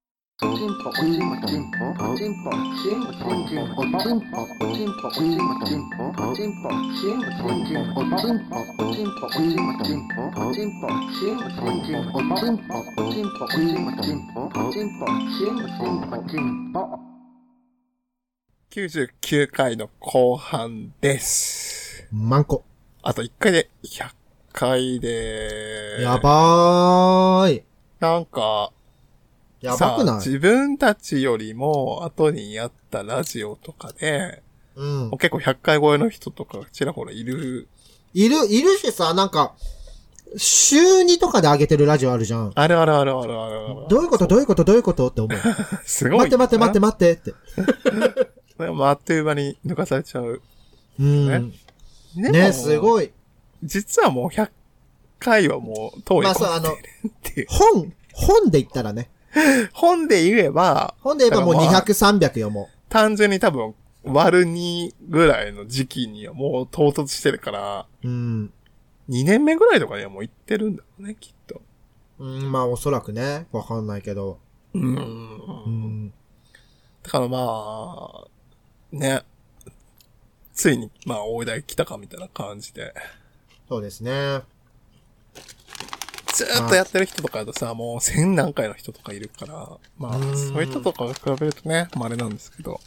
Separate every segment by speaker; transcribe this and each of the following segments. Speaker 1: チンポおチンポチンポおチンポチンポチンポおチンポおチンポおチンポチンポおチンポチンポチンポおチンポおチンポおチンポチンポおチンポチンポチンポおチンポおチンポチンポチンポおチンポチンポチンポチンポ
Speaker 2: 99回の後半です。
Speaker 3: マンコ。
Speaker 2: あと1回で100回でー
Speaker 3: やばーい。
Speaker 2: なんか、
Speaker 3: やばく
Speaker 2: さ
Speaker 3: ない
Speaker 2: 自分たちよりも後にやったラジオとかで、
Speaker 3: うん
Speaker 2: もう。結構100回超えの人とかがちらほらいる。
Speaker 3: いる、いるしさ、なんか、週2とかで上げてるラジオあるじゃん。
Speaker 2: あるあるあるあるあるある。
Speaker 3: どういうことどういうことどういうことって思う。
Speaker 2: すごい。
Speaker 3: 待って待って待って待ってって。
Speaker 2: って。でもあっという間に抜かされちゃう。
Speaker 3: うん。
Speaker 2: ね
Speaker 3: ね、す
Speaker 2: い。
Speaker 3: ごい。
Speaker 2: 実はもう100回はもう遠い
Speaker 3: まあそう、あの、
Speaker 2: っていう。
Speaker 3: 本、本で言ったらね。
Speaker 2: 本で言えば、
Speaker 3: 本で言えばもう
Speaker 2: だからま
Speaker 3: 200、
Speaker 2: あ
Speaker 3: 300よ、も
Speaker 2: 単純に多分、割る2ぐらいの時期にはもう到達してるから、
Speaker 3: う。うん。
Speaker 2: 2年目ぐらいとかにはもう行ってるんだろうね、きっと。
Speaker 3: うん、まあおそらくね。わかんないけど。
Speaker 2: う。
Speaker 3: うんん。
Speaker 2: だからまあ、ね。ついに、まあ、大台来たかみたいな感じで。
Speaker 3: そうですね。
Speaker 2: ずーっとやってる人とかだとさ、もう1000何回の人とかいるから、まあ、
Speaker 3: うん
Speaker 2: そういう人とかが比べるとね、まああれなんですけど。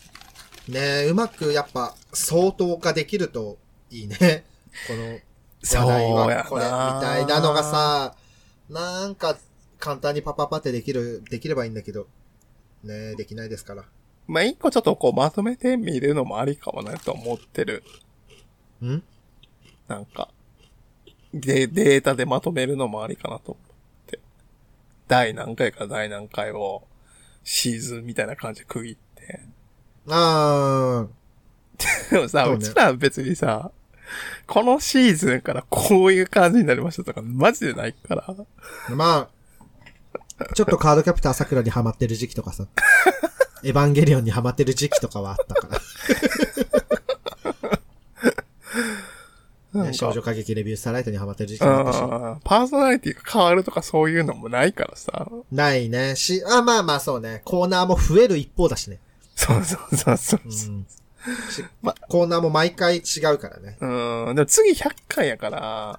Speaker 3: ねうまくやっぱ、相当化できるといいね。この、
Speaker 2: そう
Speaker 3: 話題
Speaker 2: や
Speaker 3: はこれみ
Speaker 2: な
Speaker 3: たいなのがさ、なんか簡単にパパパってできる、できればいいんだけど、ねえできないですから。
Speaker 2: まあ、一個ちょっとこうまとめてみるのもありかもねと思ってる。
Speaker 3: ん
Speaker 2: なんか、で、データでまとめるのもありかなと思って。第何回から第何回をシーズンみたいな感じで区切って。
Speaker 3: あ
Speaker 2: でもさ、
Speaker 3: そううね
Speaker 2: ちらは別にさ、このシーズンからこういう感じになりましたとか、マジでないから。
Speaker 3: ー、まあ、ちょっとカードキャプター桜にハマってる時期と かさ、エヴァンゲリオンにハマってる時期とかはあったか
Speaker 2: な
Speaker 3: ら、
Speaker 2: ん
Speaker 3: ね、
Speaker 2: か
Speaker 3: 少女歌劇レビュースターライトにハマってる時期
Speaker 2: う
Speaker 3: もあったし、
Speaker 2: んパーソナリティが変わるとかそういうのもないからさ。
Speaker 3: ないね。し、あ、まあまあそうね、コーナーも増える一方だしね。
Speaker 2: そうそうそうそうう。う
Speaker 3: ん。し
Speaker 2: ま
Speaker 3: コーナーも毎回違うからね。
Speaker 2: うん、でも次100回やから、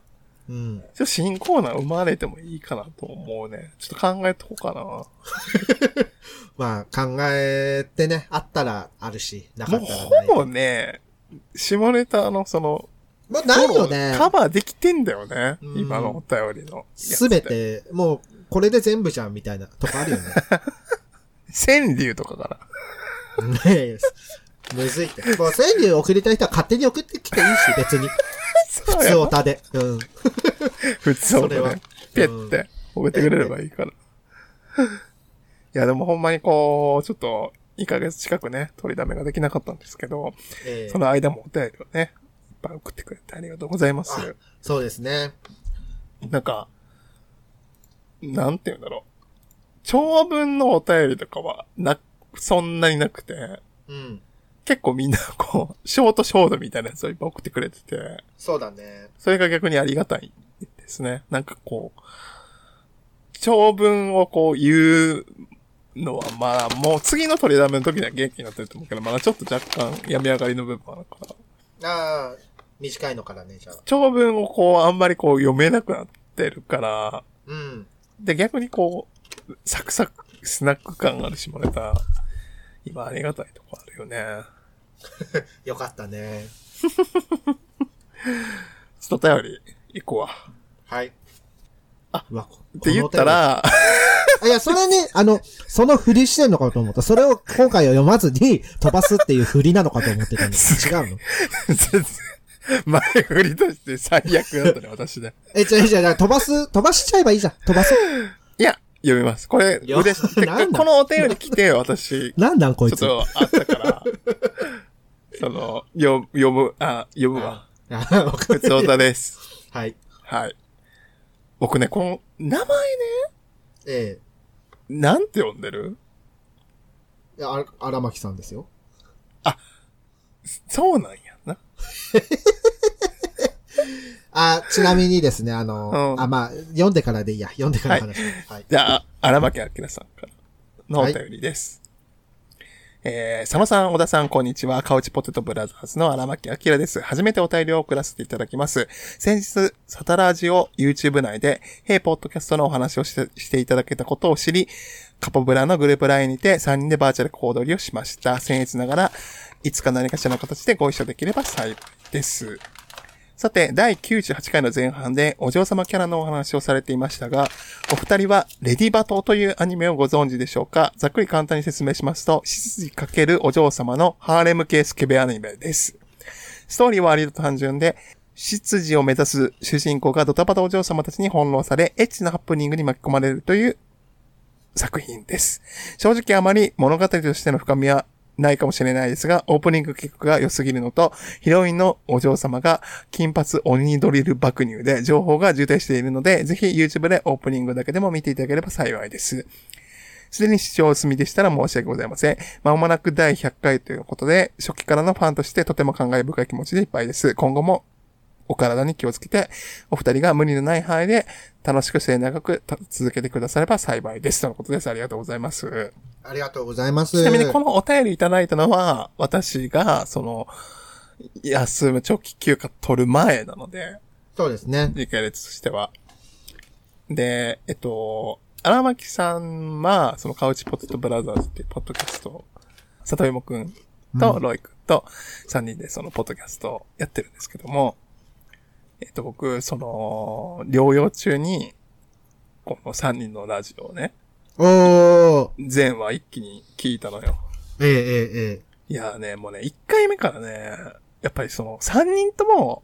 Speaker 3: うん。
Speaker 2: ちょっと新コーナー生まれてもいいかなと思うね。ちょっと考えとこうかな。
Speaker 3: まあ、考えてね、あったらあるし、なか
Speaker 2: もう
Speaker 3: ったら
Speaker 2: ほ
Speaker 3: ない。
Speaker 2: ぼね、下ネタのその、
Speaker 3: もうないよね。
Speaker 2: カバーできてんだよね。
Speaker 3: うん
Speaker 2: 今のお便りのやつです
Speaker 3: べ。て、もう、これで全部じゃん、みたいなとこあるよね。
Speaker 2: 川柳とかか
Speaker 3: ねえむずいって。もう、川柳送りたい人は勝手に送ってきていいし、別に。
Speaker 2: ら。
Speaker 3: 普
Speaker 2: そう
Speaker 3: 通
Speaker 2: や
Speaker 3: オタで。うん。
Speaker 2: 普通
Speaker 3: それ
Speaker 2: を
Speaker 3: は
Speaker 2: ね、ピュって覚えてくれればいいから。い や、でもほんまにこう、ちょっと、2ヶ月近くね、取りだめができなかったんですけど、
Speaker 3: ええ
Speaker 2: その間もお便りをね、いっぱい送ってくれてありがとうございます。
Speaker 3: そうですね。
Speaker 2: なんか、なんて言うんだろう。長文のお便りとかは、な、そんなになくて、
Speaker 3: うん。
Speaker 2: 結構みんなこう、ショートショートみたいなやつをいっぱい送ってくれてて、
Speaker 3: そうだね。
Speaker 2: それが逆にありがたいですね。なんかこう、長文をこう言うのはまあ、もう次の取りだめの時には元気になってると思うけど、まだちょっと若干病み上がりの部分あるから、
Speaker 3: ああ、短いのからね、じゃあ。
Speaker 2: 長文をこう、あんまりこう読めなくなってるから、
Speaker 3: うん。
Speaker 2: で、逆にこう、サクサク、スナック感がある下ネタ、今ありがたいとこあるよね。
Speaker 3: よかったね。
Speaker 2: ちょっと頼り、行こうわ。
Speaker 3: はい。
Speaker 2: あ、
Speaker 3: うわ、こ
Speaker 2: って言った。ら、
Speaker 3: このお便りあいや、それね、あの、その振りしてんのかと思った。それを今回は読まずに飛ばすっていう振りなのかと思ってたんです。違うの
Speaker 2: 全然前振りとして最悪だったね、私ね。
Speaker 3: え、じゃあじゃあじゃあ飛ばす、飛ばしちゃえばいいじゃん。飛ばそう。
Speaker 2: いや、読みます。これ、
Speaker 3: いや
Speaker 2: 嬉しい。て
Speaker 3: な
Speaker 2: か
Speaker 3: んだ
Speaker 2: このお便り来て、私、ち
Speaker 3: なんなんこ
Speaker 2: ょ
Speaker 3: い
Speaker 2: っ
Speaker 3: つ。
Speaker 2: とあったから、その、読む、読む、あ、読むわ
Speaker 3: あ。あわか
Speaker 2: 普
Speaker 3: る
Speaker 2: 通歌です。
Speaker 3: はい。
Speaker 2: はい。僕ね、この、名前ね、
Speaker 3: え
Speaker 2: なんて呼んでる
Speaker 3: えあ、荒牧さんですよ。
Speaker 2: そうなんやな。
Speaker 3: あ、ちなみにですね、あの、
Speaker 2: うん
Speaker 3: あ、まあ、読んでからでいいや。読んでから話します。はい。
Speaker 2: じゃあ、荒牧明さんから。のお便りです。えー、佐野さん、小田さん、こんにちは。カウチポテトブラザーズの荒牧明です。初めてお便りを送らせていただきます。先日、サタラージを YouTube 内で、ヘイポッドキャストのお話をしてしていただけたことを知り、カポブラのグループ LINE にて3人でバーチャルコードりをしました。僭越ながら、いつか何かしらの形でご一緒できれば幸いです。さて、第98回の前半でお嬢様キャラのお話をされていましたが、お二人はレディバトというアニメをご存知でしょうかざっくり簡単に説明しますと、執事かけるお嬢様のハーレム系スケベアニメです。ストーリーは割と単純で、執事を目指す主人公がドタバタお嬢様たちに翻弄され、エッチなハプニングに巻き込まれるという作品です。正直あまり物語としての深みはないかもしれないですが、オープニング結果が良すぎるのと、ヒロインのお嬢様が金髪鬼ドリル爆乳で情報が渋滞しているので、ぜひ YouTube でオープニングだけでも見ていただければ幸いです。すでに視聴済みでしたら申し訳ございません。まもなく第100回ということで、初期からのファンとしてとても感慨深い気持ちでいっぱいです。今後もお体に気をつけて、お二人が無理のない範囲で楽しく末永くた続けてくだされば幸いです。とのことです。ありがとうございます。
Speaker 3: ありがとうございます。
Speaker 2: ちなみにこのお便りいただいたのは、私が、その、休む長期休暇取る前なので、
Speaker 3: そうですね。
Speaker 2: 時系列としては。で、えっと、荒牧さんは、そのカウチポテトブラザーズっていうポッドキャストを、里芋くんとロイくんと3人でそのポッドキャストをやってるんですけども、えっと、僕、その、療養中に、この3人のラジオをね、
Speaker 3: おー。
Speaker 2: 全話一気に聞いたのよ。
Speaker 3: えええええ
Speaker 2: いやーね、もうね、1回目からね、やっぱりその、3人とも、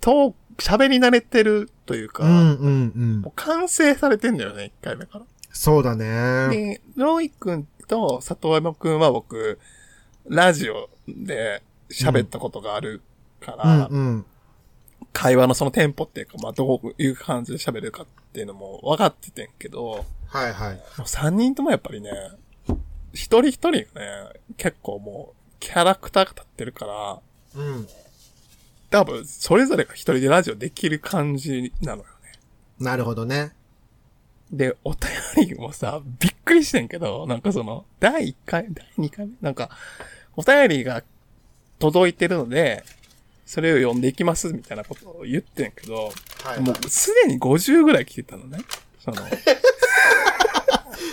Speaker 2: と、喋り慣れてるという
Speaker 3: え
Speaker 2: か、
Speaker 3: うんうんうん
Speaker 2: もう。完成されてんだよね、1回目か
Speaker 3: そうだ
Speaker 2: ら。
Speaker 3: ね。
Speaker 2: で、ロイ君と里山君は僕、ラジオで喋ったことがあるから、
Speaker 3: うんうん。
Speaker 2: 会話のそのテンポっていうか、まあ、どういう感じで喋るかっていうのも分かっててんけど、
Speaker 3: はいはい。
Speaker 2: もう3人ともやっぱりね、一人一人がね、結構もう、キャラクターが立ってるから、
Speaker 3: うん。
Speaker 2: 多分、それぞれが一人でラジオできる感じなのよね。
Speaker 3: なるほどね。
Speaker 2: で、お便りもさ、びっくりしてんけど、なんかその、第1回、第2回目なんか、お便りが届いてるので、それを読んでいきます、みたいなことを言ってんけど、
Speaker 3: は
Speaker 2: もうすでに50ぐらい来てたのね。そ の、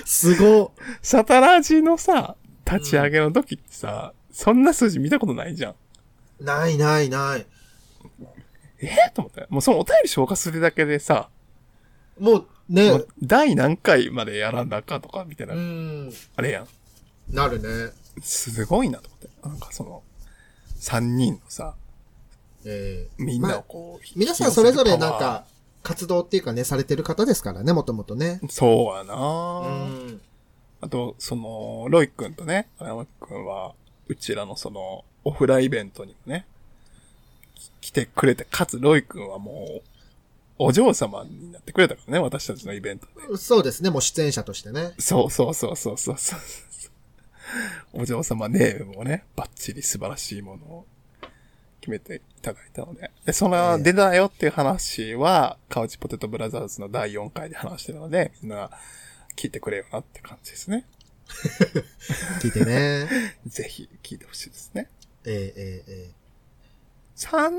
Speaker 3: すご。
Speaker 2: サタラジのさ、立ち上げの時ってさ、そんな数字見たことないじゃん。
Speaker 3: ないないない。
Speaker 2: えーと思って。もうそのお便り消化するだけでさ、
Speaker 3: もうね、
Speaker 2: もう第何回までやらんだかとか、みたいな、
Speaker 3: うん。
Speaker 2: あれやん。
Speaker 3: なるね。
Speaker 2: すごいなと思って。なんかその、三人のさ、
Speaker 3: ええ
Speaker 2: みんな
Speaker 3: ま
Speaker 2: を
Speaker 3: あ
Speaker 2: こう、
Speaker 3: 皆さんそれぞれな
Speaker 2: 引
Speaker 3: ん
Speaker 2: き寄せる
Speaker 3: か、活動っていうかね、されてる方ですからね、もともとね。
Speaker 2: パワー。そうやな
Speaker 3: う
Speaker 2: ぁ
Speaker 3: ん。
Speaker 2: あと、その、ロイ君とね、荒牧君は、うちらのその、オフライベントにもね、き来てくれて、かつロイ君はもう、お嬢様になってくれたからね、私たちのイベントで。
Speaker 3: そうですね、もう出演者としてね。
Speaker 2: そうそうそうそうそうそう。お嬢様ネームもね、バッチリ素晴らしいものを決めていただいたので。で、そ
Speaker 3: え
Speaker 2: の、
Speaker 3: え
Speaker 2: 出たよっていう話は、カウチポテトブラザーズの第4回で話してるので、みんな聞いてくれよなって感じですね。
Speaker 3: 聞いて ね。
Speaker 2: ぜひ聞いてほしいですね。
Speaker 3: えええええ
Speaker 2: 三、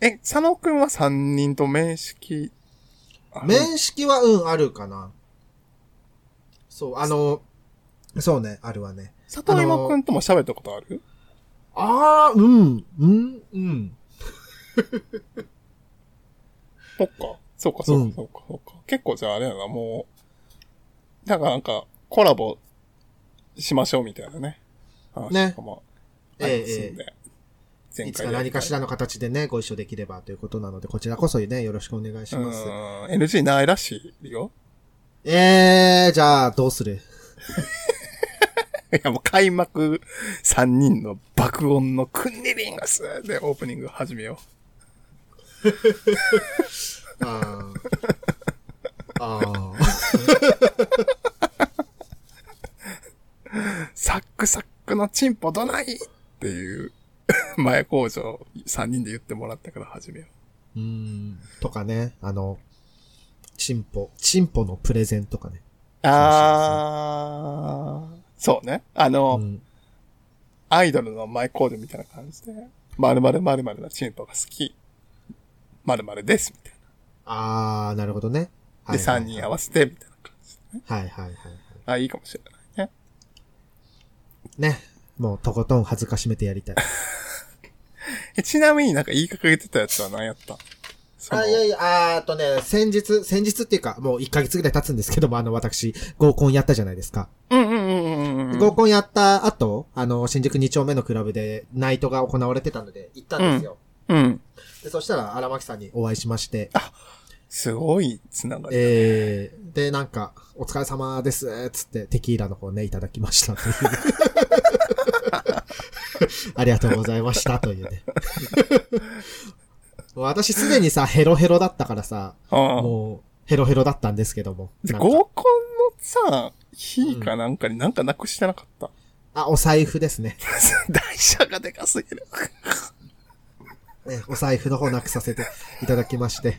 Speaker 2: え、佐野くんは3人と面識、あの
Speaker 3: え面識は、うん、あるかな。そう、あの、そうね、あるわね。
Speaker 2: 里芋くんとも喋ったことある
Speaker 3: ああ、うん、うん、うん。
Speaker 2: そっか。そうか、そう
Speaker 3: うん
Speaker 2: か、そうか、そうか。結構じゃああれやな、もう、だからなんか、コラボしましょうみたいなね。
Speaker 3: ね
Speaker 2: 話とかもありますんで。前
Speaker 3: いつ
Speaker 2: 回
Speaker 3: か
Speaker 2: で
Speaker 3: 何かしらの形でね、ご一緒できればということなので、こちらこそね、よろしくお願いし
Speaker 2: う
Speaker 3: ます。
Speaker 2: ん、NG ないらしいよ。
Speaker 3: ええじゃあ、どうする
Speaker 2: いや、もう開幕3人の爆音のクンニリンガスでオープニング始めよ
Speaker 3: ああ。ああ。
Speaker 2: う。サックサックのチンポどないっていう 前工場3人で言ってもらったから始めよ
Speaker 3: うん。とかね、あの、チンポ、チンポのプレゼンとかね。
Speaker 2: あー、そうね。あの、
Speaker 3: うん
Speaker 2: アイドルのマイコードみたいな感じで、まるまるまるなチンポが好き。まるまるです、みたい
Speaker 3: あー、なるほどね。
Speaker 2: な。で、三人合わせて、みたいな感じでね。
Speaker 3: はいはいはい。
Speaker 2: あ、いいかもしれないね。
Speaker 3: ね。もう、とことん恥ずかしめてやりたい。
Speaker 2: えちなみになんか言い掲げてたやつは何やった その
Speaker 3: あ、いやいや、あーっとね、先日、先日っていうか、もう1ヶ月ぐらい経つんですけども、あの、私、合コンやったじゃないですか。
Speaker 2: うんうんうんうんうん。
Speaker 3: 合コンやった後、あの、新宿2丁目のクラブで、ナイトが行われてたので、行ったんですよ。
Speaker 2: うん。
Speaker 3: で、そしたら、荒牧さんにお会いしまして、
Speaker 2: すごいつながり。
Speaker 3: えー、で、なんか、お疲れ様です、つって、テキーラの方ね、いただきまし たという。ありがとうございました、というね。私すでにさ、ヘロヘロだったからさ、
Speaker 2: うん。
Speaker 3: もう、ヘロヘロだったんですけども。
Speaker 2: で
Speaker 3: なんか
Speaker 2: 合コンのさ、日かなんかになんかなくしてなかった。
Speaker 3: あ、お財布ですね。
Speaker 2: 台車がでかすぎる。
Speaker 3: ねお財布の方なくさせていただきまして。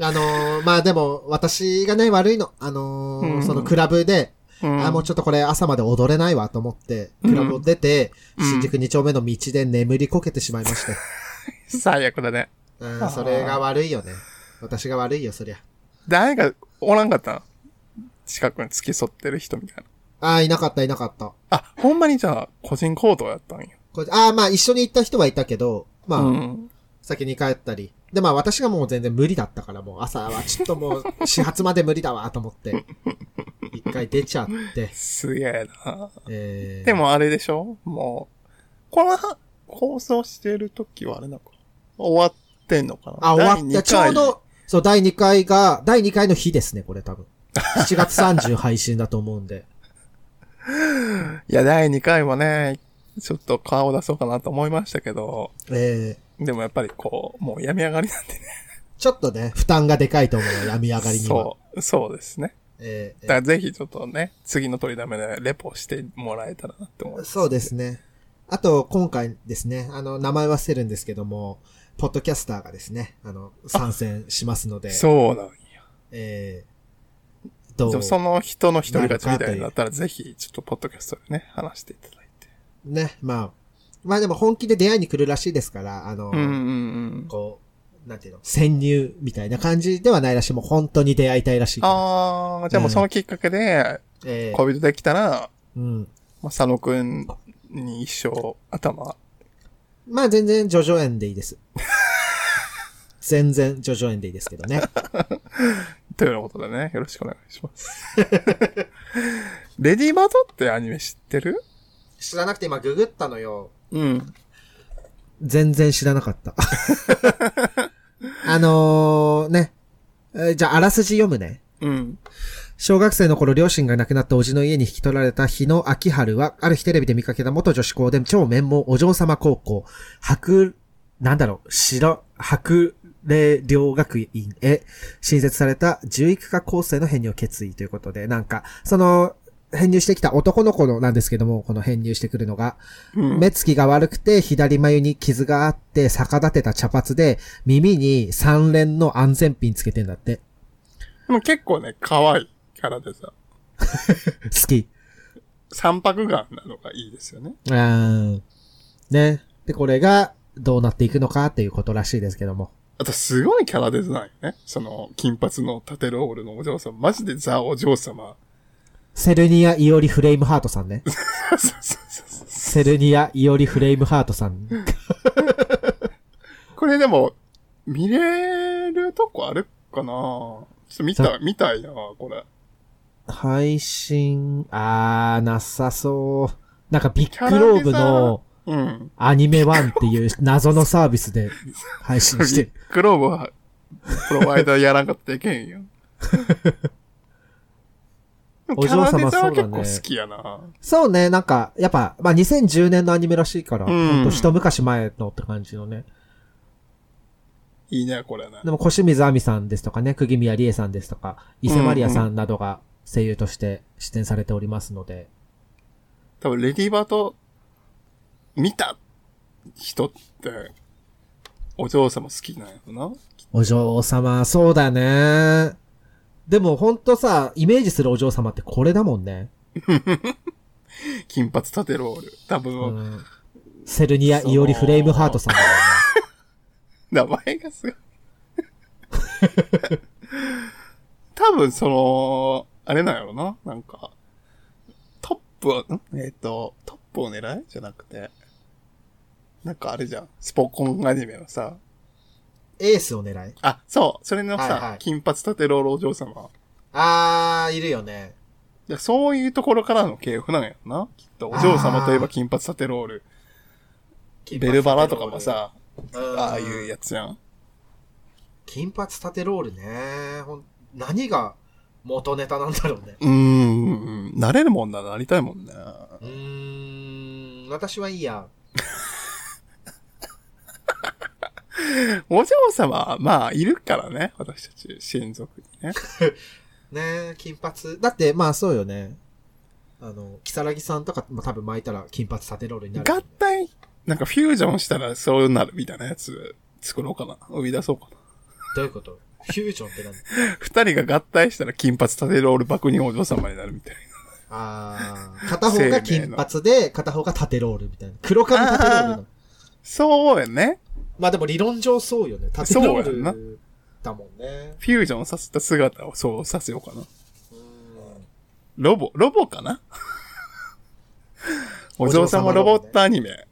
Speaker 3: あのーまあでも、私がね、悪いの。あのー
Speaker 2: うん
Speaker 3: そのクラブで、
Speaker 2: うん
Speaker 3: あ、もうちょっとこれ朝まで踊れないわと思って、クラブを出て、
Speaker 2: うん
Speaker 3: 新宿2丁目の道で眠りこけてしまいまして。
Speaker 2: 最悪だね。
Speaker 3: うん、それが悪いよね。私が悪いよ、そりゃ。
Speaker 2: 誰がおらんかったの近くに付き添ってる人みたいな。
Speaker 3: ああ、いなかった、いなかった。
Speaker 2: あ、ほんまにじゃあ、個人行動やったんや。
Speaker 3: これああ、まあ一緒に行った人はいたけど、まあ、
Speaker 2: うん。
Speaker 3: 先に帰ったり。で、まあ私がもう全然無理だったから、もう朝はちょっともう始発まで無理だわと 思って、一回出ちゃって、
Speaker 2: すげえな。
Speaker 3: えー、
Speaker 2: で、もあれでしょもう、この放送してる時はあれなのか。終わってんのかな
Speaker 3: あ、終わっ
Speaker 2: 第
Speaker 3: た。
Speaker 2: 二
Speaker 3: ちょ
Speaker 2: 回
Speaker 3: うど、そう、第2回が、第2回の日ですね、これ多分。7月30配信だと思うんで。
Speaker 2: いや、第2回もね、ちょっと顔出そうかなと思いましたけど、
Speaker 3: えー、
Speaker 2: でもやっぱりこう、もう病み上がりなんでね。
Speaker 3: ちょっとね、負担がでかいと思うよ、病み上がりには。
Speaker 2: そう、そうですね。
Speaker 3: えー
Speaker 2: だからぜひちょっとね、次の取りだめでレポしてもらえたらなって思います。
Speaker 3: そうですね。あと、今回ですね、あの、名前忘れるんですけども、ポッドキャスターがですね、あの、参戦しますので、
Speaker 2: そうなんや。
Speaker 3: えー、ど
Speaker 2: でも
Speaker 3: う
Speaker 2: その人の一人勝ちみたいになったら、ぜひちょっとポッドキャストでね、話していただいて。
Speaker 3: ね、まあ、まあでも本気で出会いに来るらしいですから、あ
Speaker 2: う
Speaker 3: の、
Speaker 2: んうんうん。
Speaker 3: こう、なんていうの、潜入みたいな感じではないらしい、もう本当に出会いたいらしいから。
Speaker 2: あー、じゃあもうそのきっかけで、
Speaker 3: えー
Speaker 2: 恋人できたら、
Speaker 3: うん。
Speaker 2: まあ、佐野くんに一生頭、
Speaker 3: まあ全然、ジョジョ園でいいです。全然、ジョジョ園でいいですけどね。
Speaker 2: というようなことでね、よろしくお願いし ます。レディバトってアニメ知ってる
Speaker 3: 知らなくて今ググったのよ。
Speaker 2: うん。
Speaker 3: 全然知らな かった。あのー、ね。えーじゃあ、あらすじ読むね。
Speaker 2: うん。
Speaker 3: 小学生の頃、両親が亡くなったおじの家に引き取られた日野明春は、ある日テレビで見かけた元女子校で超名門お嬢様高校、白、なんだろう、白、白霊両学院へ新設された11区科構成の編入を決意ということで、なんか、その、編入してきた男の子のなんですけども、この編入してくるのが、
Speaker 2: うん
Speaker 3: 目つきが悪くて左眉に傷があって逆立てた茶髪で耳に三連の安全ピンつけてんだって。
Speaker 2: でも結構ね、可愛いキャラでさ、
Speaker 3: 好き。
Speaker 2: 三白眼なのがいいですよね。
Speaker 3: うーん。ね。で、これがどうなっていくのかっていうことらしいですけども。
Speaker 2: あと、すごいキャラデザインね。その、金髪のタテロールのお嬢様。マジでザお嬢 様。
Speaker 3: セルニア・イオリ・フレイムハートさ んね。
Speaker 2: そうそうそうそう
Speaker 3: セルニア・イオリ・フレイムハートさん。
Speaker 2: これでも、見れるとこあるかなちょっと見た、見たいな、これ。
Speaker 3: 配信、あー、なさそう。なんかビッグロー
Speaker 2: キ
Speaker 3: ブ
Speaker 2: ャラデ
Speaker 3: の
Speaker 2: うん。
Speaker 3: アニメワンっていう謎のサービスで配信して る。
Speaker 2: グローブは、プロバイダーやらんかったらいけ んよ。でもキャラデザは
Speaker 3: お嬢様そうだ
Speaker 2: 結
Speaker 3: ね
Speaker 2: 構好きやな。
Speaker 3: そうね、なんか、やっぱ、まあ、2010年のアニメらしいから、
Speaker 2: うん
Speaker 3: ほんと一昔前のって感じのね。
Speaker 2: いいね、これね。
Speaker 3: でも、小清水亜美さんですとかね、釘宮理恵さんですとか、伊勢マリアさんなどが声優として出演されておりますので、
Speaker 2: 多分、レディバと、見た人って、お嬢様好きなんやろな。
Speaker 3: お嬢様、そうだね。でもほんとさ、イメージするお嬢様ってこれだもんね。
Speaker 2: 金髪立てロール。多分、
Speaker 3: うん。セルニア・イオリ・フレームハートさんだもん
Speaker 2: 名
Speaker 3: ね。
Speaker 2: 前がすごい。 多分、その、あれなんやろな。なんか、トップを、んえっ、と、トップを狙いじゃなくて、なんかあれじゃん。スポコンアニメのさ、
Speaker 3: エースを狙い。
Speaker 2: あ、そう、それのさ、
Speaker 3: はいはい
Speaker 2: 金髪立てロールお嬢様。
Speaker 3: あー、いるよね。
Speaker 2: でそういうところからの系譜なんやろな。きっと、お嬢様といえば金髪立てロール。ベルバラとかもさ、
Speaker 3: うん、
Speaker 2: ああいうやつじゃん。
Speaker 3: 金髪縦ロールね。ほん何が元ネタなんだろうね。
Speaker 2: うーん、なれるもんならなりたいもんね。
Speaker 3: うーん、私はいいや。
Speaker 2: お嬢様、まあ、いるからね、私たち、親族にね。
Speaker 3: ねえ金髪。だって、まあそうよね。あの、キサラギさんとか、まあ、多分巻いたら金髪縦ロールになる。
Speaker 2: 合体、なんかフュージョンしたらそうなるみたいなやつ作ろうかな。生み出そうか
Speaker 3: どういうことフュージョンって何
Speaker 2: な。二人が合体したら金髪立てロール爆人お嬢様になるみたい
Speaker 3: ああ、片方が金髪で、片方が縦ロールみたいな。黒髪縦ロールな
Speaker 2: あーな。そうやね。
Speaker 3: まあでも理論上そうよね。縦ロールだもんね。
Speaker 2: フュージョンさせた姿をそうさせようかな。
Speaker 3: うん
Speaker 2: ロボ、ロボか なお嬢様ロボットアニメ。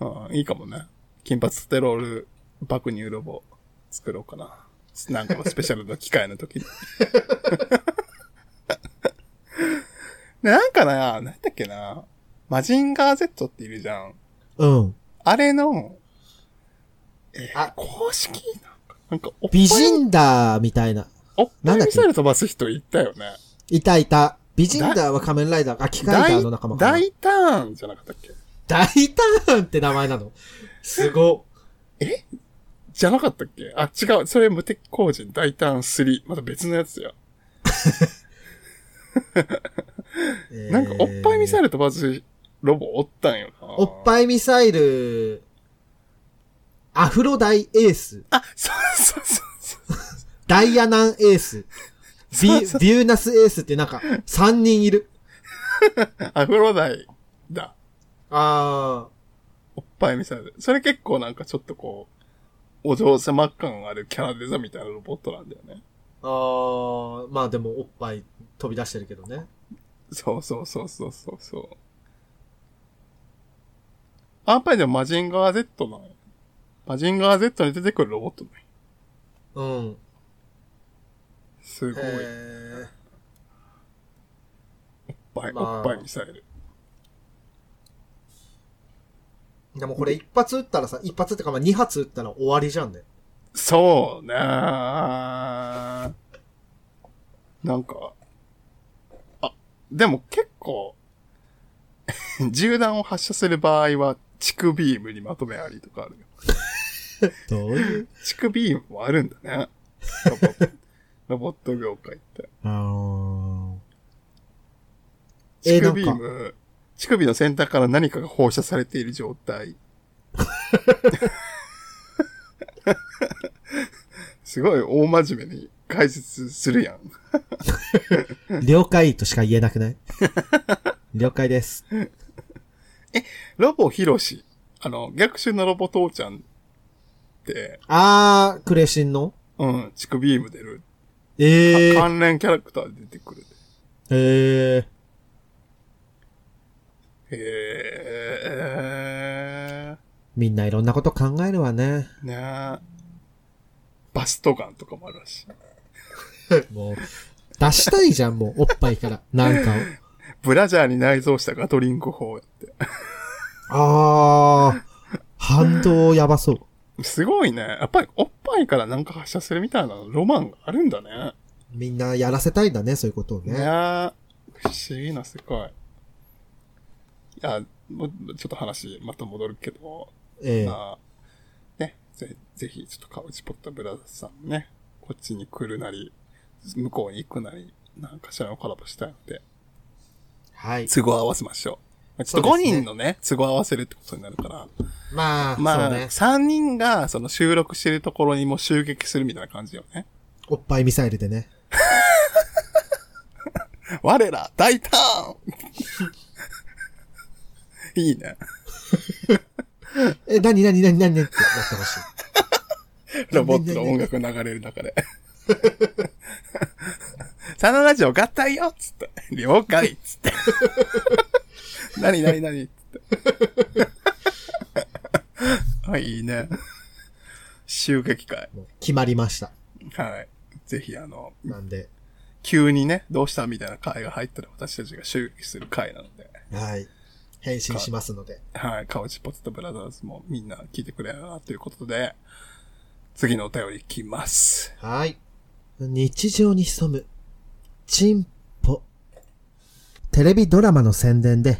Speaker 2: うん、いいかもね。金髪テロール爆乳ロボ作ろうかな。なんかのスペシャルの機会の時に。 でなんかな、なんだっけな。マジンガー Z っているじゃん。
Speaker 3: うん。
Speaker 2: あれの、えー
Speaker 3: あ
Speaker 2: 公式なんか、なんかおっぱい
Speaker 3: 美、人だみたいな。
Speaker 2: おっぱ
Speaker 3: なん
Speaker 2: い
Speaker 3: だっ
Speaker 2: ミ
Speaker 3: け
Speaker 2: サイル飛ばす人いたよね。
Speaker 3: いたいた。美人だは仮面ライダー、あ、機械だの仲間かな
Speaker 2: 大ターンじゃなかったっけ
Speaker 3: 大ターンって名前なの。すご。
Speaker 2: じゃなかったっけあ、違う。それ無敵工人大胆3。また別のやつや。なんか、おっぱいミサイ
Speaker 3: ル。
Speaker 2: ル飛ばすロボおったんよな。
Speaker 3: おっぱいミサイル、アフロ大エース、
Speaker 2: あ、そうそうそう
Speaker 3: ダイアナンエース、ビ
Speaker 2: そうそう
Speaker 3: ビューナスエースってなんか、3人いる。
Speaker 2: そう。アフロダイだ。
Speaker 3: あ
Speaker 2: おっぱいミサイル。それ結構なんかちょっとこう、お嬢様感あるキャラデザみたいなロボットなんだよね。
Speaker 3: ー、あー、まあでもおっぱい飛び出してるけどね。
Speaker 2: そうそうそうそうそうそう。あやっぱりでもマジンガー Z なんやマジンガー Z に出てくるロボットなんや
Speaker 3: うん。
Speaker 2: すごい。
Speaker 3: え
Speaker 2: おっぱい、
Speaker 3: まあ
Speaker 2: おっぱいミサイル。
Speaker 3: ー、でもこれ一発撃ったらさ、一発ってかまあ2発撃ったら終わりじゃんね。
Speaker 2: そうねーなんか、あ、でも結構、 銃弾を発射する場合は、地区ビームにまとめありとかあるよ。
Speaker 3: どういう
Speaker 2: 地区ビームもあるんだね。ロボットロボット業界って。
Speaker 3: あー。え
Speaker 2: 地区ビー
Speaker 3: な
Speaker 2: ム、乳首の先端から何かが放射されている状態。 すごい大真面目に解説するやん。
Speaker 3: 了解としか言えなくない了解です。
Speaker 2: ロボヒロシ。あの、逆襲のロボ父ちゃんって、
Speaker 3: あー、クレシンの
Speaker 2: うん、乳首ビーム出る。か
Speaker 3: えー、
Speaker 2: 関連キャラクターで出てくる。
Speaker 3: えー、
Speaker 2: へ
Speaker 3: みんないろんなこと考えるわね。
Speaker 2: ー。ねえ。バストガンとかもあるらしい。
Speaker 3: もう、出したいじゃん、もう、おっぱい から、なんかを。
Speaker 2: ブラジャーに内蔵したガトリング砲やって。
Speaker 3: あー、反動やばそう。
Speaker 2: すごいね。やっぱりおっぱいからなんか発射するみたいなロマンがあるんだね。
Speaker 3: みんなやらせたいんだね、そういうことを
Speaker 2: ね
Speaker 3: ね。
Speaker 2: え。不思議な世界。いや、もうちょっと話、また戻るけど。
Speaker 3: ええ
Speaker 2: まあ、ね、ぜぜひ、ちょっとカウチポットブラザーズさんもね、こっちに来るなり、向こうに行くなり、なんかしらのコラボしたいので、
Speaker 3: はい。
Speaker 2: 都合合わせましょう。ちょっと5
Speaker 3: そうですね
Speaker 2: 人のね、都合合わせるってことになるから、
Speaker 3: まあ、
Speaker 2: まあ、
Speaker 3: そうね。
Speaker 2: 3人がその収録してるところにも襲撃するみたいな感じよね。
Speaker 3: おっぱいミサイルでね。
Speaker 2: 我ら大胆 いいね。
Speaker 3: え、なになになになにってやってほしい。
Speaker 2: ロボットの音楽流れる中で。サナラジオ合体よっつって。了解っつって。何何何っつって。はい、いいね。襲撃会。
Speaker 3: もう決まりました。
Speaker 2: はい。ぜひあの、
Speaker 3: なんで、
Speaker 2: 急にね、どうしたみたいな会が入ったら私たちが襲撃する会なので。
Speaker 3: はい。変身しますので。
Speaker 2: はい。カウチポテトブラザーズもみんな聞いてくれるなということで、次のお便りいきます。
Speaker 3: はい。日常に潜む、チンポ。テレビドラマの宣伝で、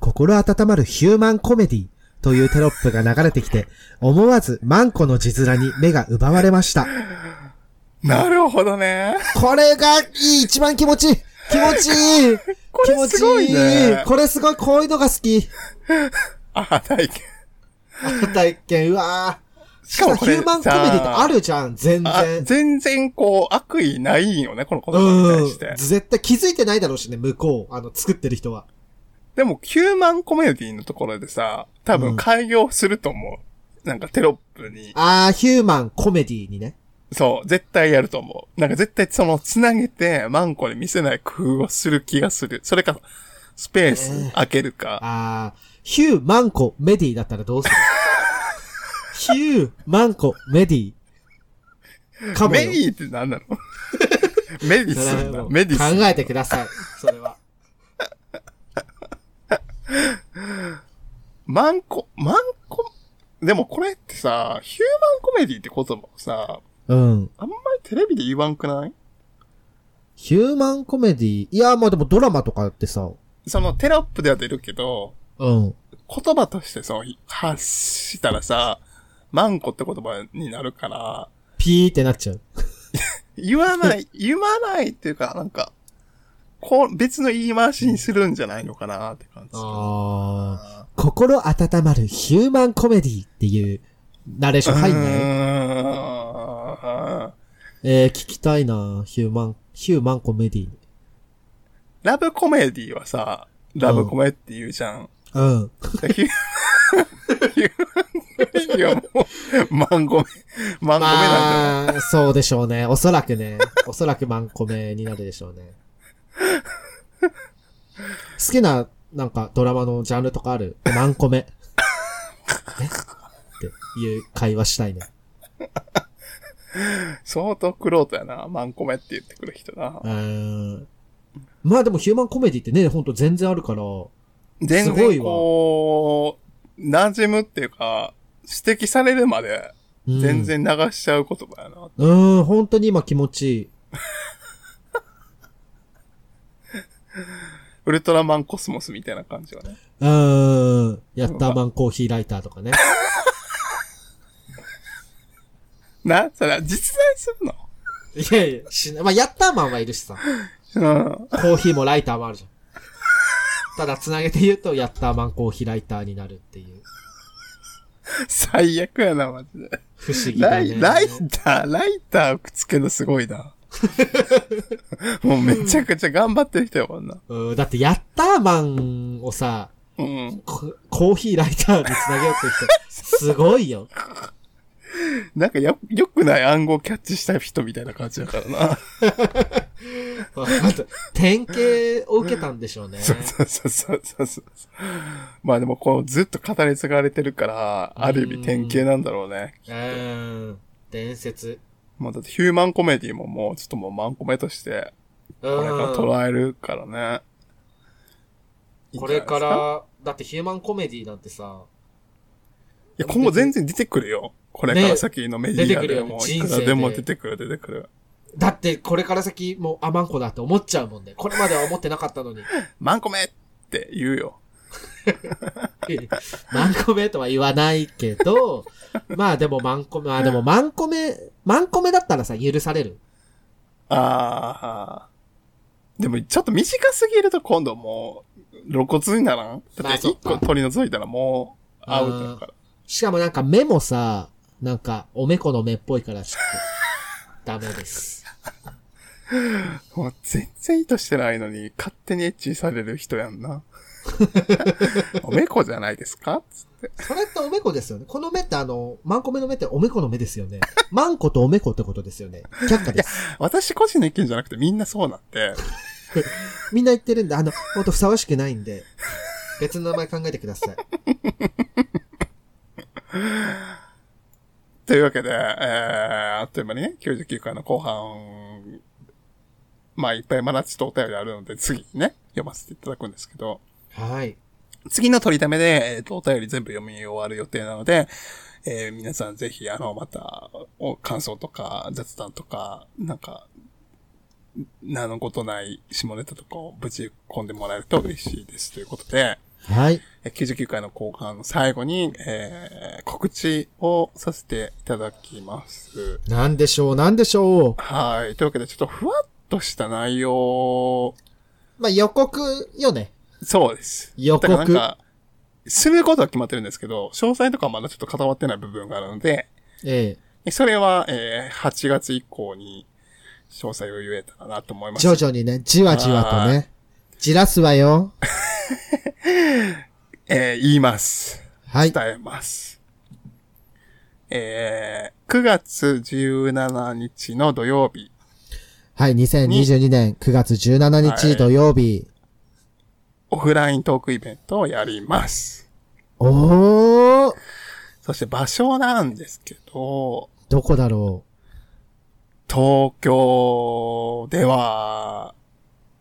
Speaker 3: 心温まるヒューマンコメディというテロップが流れてきて、 思わずマンコの字面に目が奪われました。
Speaker 2: なるほどね。
Speaker 3: これがいい一番気持ちいい気持ちいい
Speaker 2: こ
Speaker 3: 気
Speaker 2: れ
Speaker 3: 持ち
Speaker 2: すごい
Speaker 3: いい
Speaker 2: ね
Speaker 3: これすごい、こういうのが好き。
Speaker 2: あ、体験。
Speaker 3: 体験、うわー
Speaker 2: しかもこれ
Speaker 3: ヒューマンコメディってあるじゃん、全
Speaker 2: あ、
Speaker 3: 然。
Speaker 2: 全然こう、悪意ないよね、この言葉に
Speaker 3: う
Speaker 2: 対
Speaker 3: ん
Speaker 2: して。
Speaker 3: 絶対気づいてないだろうしね、向こう。あの、作ってる人は。
Speaker 2: でも、ヒューマンコメディのところでさ、多分開業すると思う。なんかテロップに。
Speaker 3: あー、ヒューマンコメディにね。
Speaker 2: そう、絶対やると思う。なんか絶対その、つなげて、マンコで見せない工夫をする気がする。それか、スペース開けるか。
Speaker 3: あー、ヒューマンコメディだったらど うするヒューマンコメディ。かも
Speaker 2: メ
Speaker 3: よ。
Speaker 2: ディって何なの メディス
Speaker 3: なるほど
Speaker 2: メディス
Speaker 3: 考えてください。それは。
Speaker 2: マンコ、マンコ、でもこれってさ、ヒューマンコメディって言葉をさ、
Speaker 3: うん。
Speaker 2: あんまりテレビで言わんくない
Speaker 3: ヒューマンコメディ。いや、まあでもドラマとかってさ。
Speaker 2: そのテロップでは出るけど、
Speaker 3: うん。
Speaker 2: 言葉としてそう、発したらさ、マンコって言葉になるから、
Speaker 3: ピーってなっちゃう。
Speaker 2: 言わ ない、言わないっていうか、なんか、こう、別の言い回しにするんじゃないのかなって感じ。
Speaker 3: あー。心温まるヒューマンコメディっていうナレーション入んないよ。
Speaker 2: うーん
Speaker 3: えー、聞きたいなヒューマン、ヒューマンコメディ。
Speaker 2: ラブコメディはさ、ラブコメって言うじゃ ん。
Speaker 3: うん。
Speaker 2: ヒューマン、いやもう、マンゴメ、マンゴメなんだ
Speaker 3: まあ、そうでしょうね。おそらくね。おそらくマンコメになるでしょうね。好きな、なんか、ドラマのジャンルとかあるマンコメ。えっていう会話したいね。
Speaker 2: 相当クロートやな、マンコメって言ってくる人な
Speaker 3: う。ーん。まあでもヒューマンコメディってね、ほんと全然あるから。
Speaker 2: 全
Speaker 3: すごい
Speaker 2: 然
Speaker 3: わ
Speaker 2: こう、馴染むっていうか、指摘されるまで
Speaker 3: うん
Speaker 2: 全。然流しちゃう言葉やな。
Speaker 3: うーん、本当に今気持ちいい。
Speaker 2: ウルトラマンコスモスみたいな感じはね。
Speaker 3: うーん。やったーマンコーヒーライターと かね。
Speaker 2: な、それ実在する
Speaker 3: いやいや、しない。まあ、ヤッターマンはいるしさ。
Speaker 2: のうん。
Speaker 3: コーヒーもライターもあるじゃん。ただ、つなげて言うと、ヤッターマンコーヒーライターになるっていう。
Speaker 2: 最悪やな、マジで。
Speaker 3: 不思議だ
Speaker 2: ラ
Speaker 3: ね。
Speaker 2: イ、ライター、ライターくっつけるのすごいな。 もうめちゃくちゃ頑張ってる人やもんな。
Speaker 3: うん、だって、ヤッターマンをさ、
Speaker 2: うん。
Speaker 3: ココーヒーライターでつなげようって人、すごいよ。
Speaker 2: なんかよ、良くない暗号キャッチした人みたいな感じだからな。
Speaker 3: わかった典型を受けたんでしょうね。
Speaker 2: そうそうそうそうそう。まあでもこうずっと語り継がれてるから、ある意味典型なんだろうね。
Speaker 3: うん。伝説。
Speaker 2: もうだってヒューマンコメディももうちょっともうマンコメとして、
Speaker 3: う
Speaker 2: これから
Speaker 3: ん。
Speaker 2: 捉えるからね。いいん
Speaker 3: こ
Speaker 2: じゃな
Speaker 3: れ
Speaker 2: いです
Speaker 3: か
Speaker 2: い
Speaker 3: ら、だってヒューマンコメディなんてさ、
Speaker 2: や、今後全然出てくるよ。これから先のメディア
Speaker 3: ね出てくる
Speaker 2: で
Speaker 3: よね
Speaker 2: も、い
Speaker 3: 人
Speaker 2: く
Speaker 3: 生
Speaker 2: ら
Speaker 3: で
Speaker 2: でも出てくる、出てくる。
Speaker 3: だってこれから先もうアマンコだって思っちゃうもんね。これまでは思ってなかったのに。
Speaker 2: マンコメって言うよ。
Speaker 3: マンコメとは言わないけど、まあでもマンコメ、あでもマンコメ、マンコメだったらさ、許される。
Speaker 2: あー。でもちょっと短すぎると今度もう露骨にならん
Speaker 3: ま
Speaker 2: だ
Speaker 3: あ
Speaker 2: って
Speaker 3: そ
Speaker 2: 一
Speaker 3: っか
Speaker 2: 個取り除いたらもうアウトだから。
Speaker 3: しかもなんか目も さ、なんかおめこの目っぽいからちょっと、ダメです。
Speaker 2: もう全然意図してないのに、勝手にエッチされる人やんな。おめこじゃないですかつって。
Speaker 3: それっておめこですよね。この目ってあの、マンコ目の目っておめこの目ですよね。マンコとおめこってことですよね。却下です。
Speaker 2: 私個人の意見じゃなくてみんなそうなんで、
Speaker 3: みんな言ってるんで、あの、ほんとふさわしくないんで、別の名前考えてください。
Speaker 2: というわけで、えー、あっという間にね、99回の後半、まあいっぱいマナチとお便りあるので、次にね、読ませていただくんですけど、
Speaker 3: はい。
Speaker 2: 次の取りためで、えっ、と、お便り全部読み終わる予定なので、えー皆さんぜひ、あの、また、お感想とか、雑談とか、なんか、名のことない下ネタとかをぶち込んでもらえると嬉しいです。ということで、
Speaker 3: はい。
Speaker 2: えー99回の後半の最後に、えー告知をさせていただきます。
Speaker 3: なんでしょう、なんでしょ
Speaker 2: はい。というわけで、ちょっとふわっとした内容、
Speaker 3: う。まあ、予告よね。
Speaker 2: そうです。
Speaker 3: 予告
Speaker 2: だからなんか、することは決まってるんですけど、詳細とかはまだちょっと固まってない部分があるので、
Speaker 3: ええ
Speaker 2: それは、えー8月以降に詳細を言えたらなと思います。
Speaker 3: 徐々にね、じわじわとね、じらすわよ。
Speaker 2: えー言います。
Speaker 3: はい。
Speaker 2: 伝えます。えー9月17日の土曜日、
Speaker 3: はい、2022年9月17
Speaker 2: はい
Speaker 3: 日土曜日。
Speaker 2: オフライントークイベントをやります。
Speaker 3: おー
Speaker 2: そして場所なんですけど、
Speaker 3: どこだろ
Speaker 2: 東京では、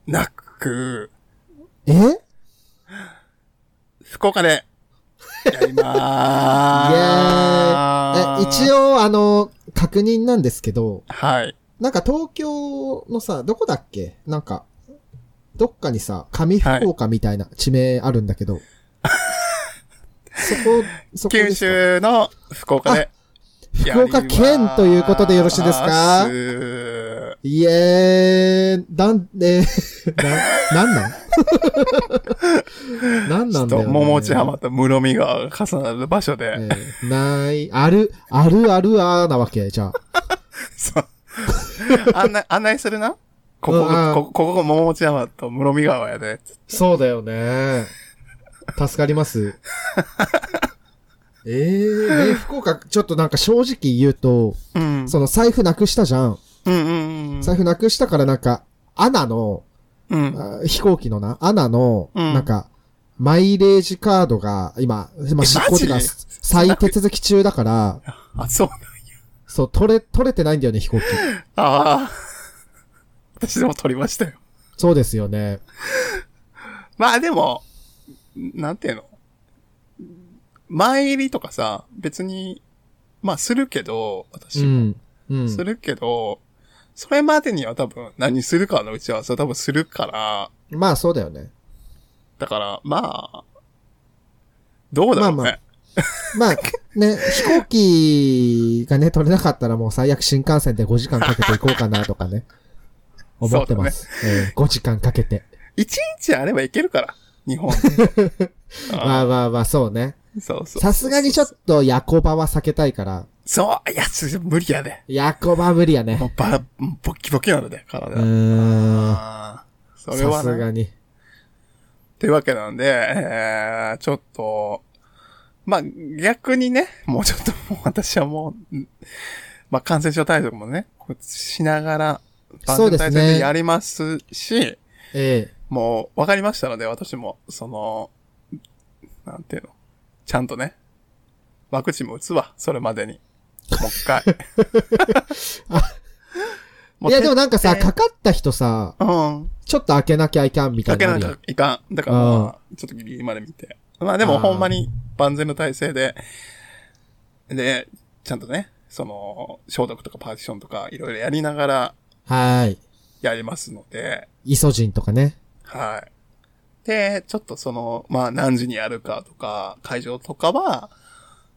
Speaker 2: なく、
Speaker 3: うえ
Speaker 2: 福岡で、やり
Speaker 3: イエ
Speaker 2: まー
Speaker 3: ー イえ
Speaker 2: す。
Speaker 3: 一
Speaker 2: 応。
Speaker 3: 応、あの、確認なんですけど、
Speaker 2: はい。
Speaker 3: なんか東京のさ、どこだっけなんか、どっかにさ、上福岡みたいな地名あるんだけど。そこ、そこで
Speaker 2: 九州
Speaker 3: すか
Speaker 2: の福岡で。
Speaker 3: 福岡県ということでよろしいですか
Speaker 2: やります
Speaker 3: イエーイなんで、 な、なんなんなん
Speaker 2: ちょっ
Speaker 3: なんだ
Speaker 2: と、
Speaker 3: よ、ね。
Speaker 2: 桃地浜と室見川が重なる場所で、
Speaker 3: えーない、ある、あるあるあーなわけ、じゃあ。
Speaker 2: そう。 案内、案内するなここ、
Speaker 3: うんうん
Speaker 2: ここ、ここ桃地浜と室見川やで。
Speaker 3: そうだよね。助かります。えー、ね、福岡、ちょっとなんか正直言うと、
Speaker 2: うん。
Speaker 3: その財布なくしたじゃん。
Speaker 2: うんうんうん。
Speaker 3: 財布なくしたからなんか、アナの、
Speaker 2: うん。
Speaker 3: あ飛行機のな、アナの、
Speaker 2: うん
Speaker 3: なんか、マイレージカードが、今、今
Speaker 2: え
Speaker 3: 執行とか
Speaker 2: マジ
Speaker 3: 再手続き中 だから、
Speaker 2: あ、そうなんや。
Speaker 3: そう、取れ、取れてないんだよね、飛行機。
Speaker 2: ああ。 私でも撮りましたよ。
Speaker 3: そうですよね。
Speaker 2: まあでも、なんていうの前入りとかさ、別に、まあするけど、
Speaker 3: う
Speaker 2: 私も。
Speaker 3: ん。うん。
Speaker 2: するけど、それまでには多分何するかの打ち合わせは多分するから、
Speaker 3: まあ、そうだよね。
Speaker 2: だから、まあ、どうだろうね。
Speaker 3: まあまあまあ、ね、飛行機がね、取れなかったらもう最悪新幹線で5時間かけて行こうかなとか ね。思ってます。えー5時間かけて。
Speaker 2: 一日あればいけるから、日本。
Speaker 3: ま
Speaker 2: あ
Speaker 3: あまあまあ、そうね。
Speaker 2: そうそう。
Speaker 3: さすがにちょっ
Speaker 2: と。
Speaker 3: と夜行場は避けたいから、
Speaker 2: そう、いや、それ無理やで。
Speaker 3: 夜行場は無理や
Speaker 2: も
Speaker 3: ね。
Speaker 2: うバラ、ボッキボキなので、体。
Speaker 3: うーん。
Speaker 2: あーそれ
Speaker 3: さ
Speaker 2: は
Speaker 3: す
Speaker 2: ね。
Speaker 3: がに。
Speaker 2: というわけなんで、えー、ちょっと、まあ、逆にね、もうちょっともう私はもう、んまあ、感染症対策もね、こうしながら、万
Speaker 3: そう
Speaker 2: 全
Speaker 3: です
Speaker 2: 対
Speaker 3: ね
Speaker 2: 策でやりますし、
Speaker 3: え
Speaker 2: もう、わかりましたので、私も、その、なんていうの、ちゃんとね、ワクチンも打つわ、それまでに。もう一 回。
Speaker 3: えいや、でもなんかさ、
Speaker 2: 徹底
Speaker 3: かかった人さ、
Speaker 2: うん。
Speaker 3: ちょっと開けなきゃいかんみたい
Speaker 2: かけ
Speaker 3: なのあ
Speaker 2: な
Speaker 3: る
Speaker 2: き
Speaker 3: や
Speaker 2: ゃ
Speaker 3: ん。
Speaker 2: いかん。だから、まあちょっとギリギリまで見て。まあでも、
Speaker 3: あー
Speaker 2: ほんまに万全の体制で、で、ちゃんとね、その、消毒とかパーティションとか、いろいろやりながら
Speaker 3: はーい。ジ
Speaker 2: やりますので、
Speaker 3: イソジンとかね。
Speaker 2: はい。で、ちょっとその、まあ何時にやるかとか、会場とかは、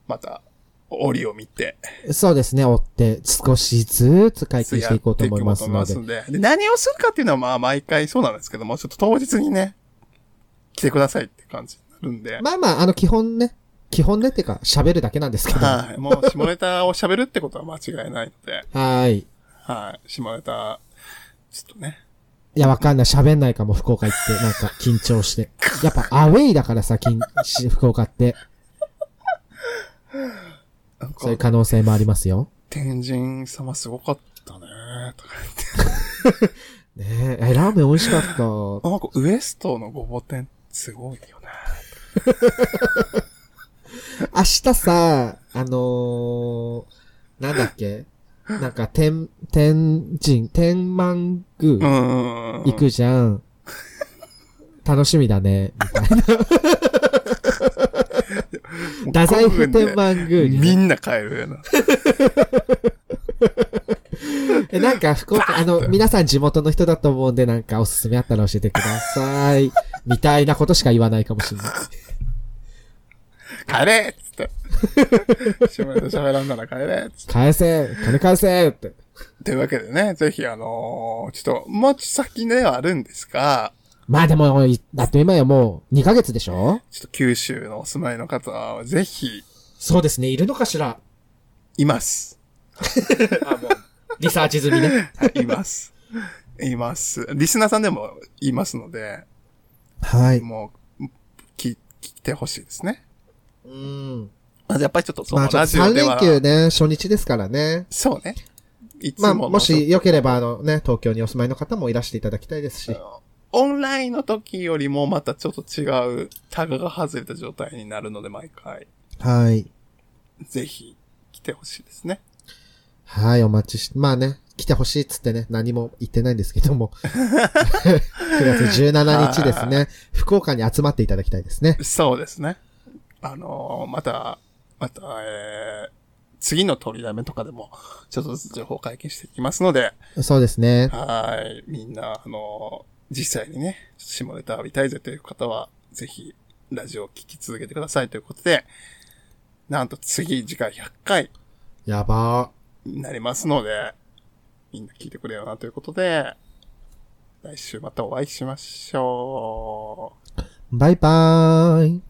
Speaker 2: また、折を見て、
Speaker 3: そうですね、追って、少しずつ解禁していこうと思います
Speaker 2: や
Speaker 3: の
Speaker 2: って
Speaker 3: で
Speaker 2: いこ。うと思いますんでで何をするかっていうのはまあ毎回そうなんですけども、ちょっと当日にね、来てくださいって感じになるんで。
Speaker 3: まあまあ、あの、基本ね。基本ねっていうか、喋るだけなんですけど。は
Speaker 2: はい。もう下ネタを喋るってことは間違いないので、
Speaker 3: ーい。
Speaker 2: はい。下ネタ、ちょっとね。
Speaker 3: いや、わかんない。喋んないかも、福岡行って。なんか、緊 張して。やっぱ、アウェイだからさ、緊し福岡って。
Speaker 2: なんか
Speaker 3: そういう可能性もありますよ。
Speaker 2: 天神様すごかったね。とか言って
Speaker 3: ねえ、えラーメン美味しかった。
Speaker 2: なんかウエストのごぼ天すごいよね。
Speaker 3: 明日さ、あのー、なんだっけなんか、天、天神、天満宮
Speaker 2: うん。
Speaker 3: 行くじゃん。楽しみだ ね、みたいな。太宰府天満宮にね、
Speaker 2: みんな帰るよな。
Speaker 3: え、なんか、福岡、あの、皆さん地元の人だと思うんで、なんかおすすめあったら教えてください。みたいなことしか言わないかもしれない。
Speaker 2: 帰れっつって。 島根と喋らんなら帰れっつっ
Speaker 3: 返せ金返せって。
Speaker 2: て。というわけでね、ぜひあのーちょっと、もうち先ではあるんですが、
Speaker 3: まあでも、いだって今やもう2ヶ月でしょ
Speaker 2: ちょっと九州のお住まいの方はぜひ、
Speaker 3: そうですね、いるのかしら
Speaker 2: います。
Speaker 3: リサーチ済みね。
Speaker 2: はい、います。います。リスナーさんでもいますので、
Speaker 3: はい。
Speaker 2: もう、聞聞いてほしいですね。
Speaker 3: うん。
Speaker 2: まずやっぱりちょっとそ
Speaker 3: まあ
Speaker 2: の
Speaker 3: ちょ
Speaker 2: ラ
Speaker 3: っと
Speaker 2: ジオ
Speaker 3: 3
Speaker 2: では
Speaker 3: 連、休ね、初日ですからね。
Speaker 2: そうね。いつ
Speaker 3: まあ、
Speaker 2: もの、
Speaker 3: もし良ければ、あのね、東京にお住まいの方もいらしていただきたいですし。
Speaker 2: オンラインの時よりもまたちょっと違うタグが外れた状態になるので毎回、
Speaker 3: はい。
Speaker 2: ぜひ来てほしいですね。
Speaker 3: はい、お待ちして、まあね、来てほしいっつってね、何も言ってないんですけ ども。9月17日ですね。福岡に集まっていただきたいですね。
Speaker 2: そうですね。あのーまた、また、えー、次の取りだめとかでも、ちょっとずつ情報解禁していきますので、
Speaker 3: そうですね。
Speaker 2: はーい。みんな、あのー実際にね、下ネタ浴びたいぜという方は、ぜひ、ラジオを聞き続けてくださいということで、なんと次、次回100回、
Speaker 3: やば
Speaker 2: になりますので、みんな聞いてくれよなということで、来週またお会いしましょう。
Speaker 3: ー。バイバーイ。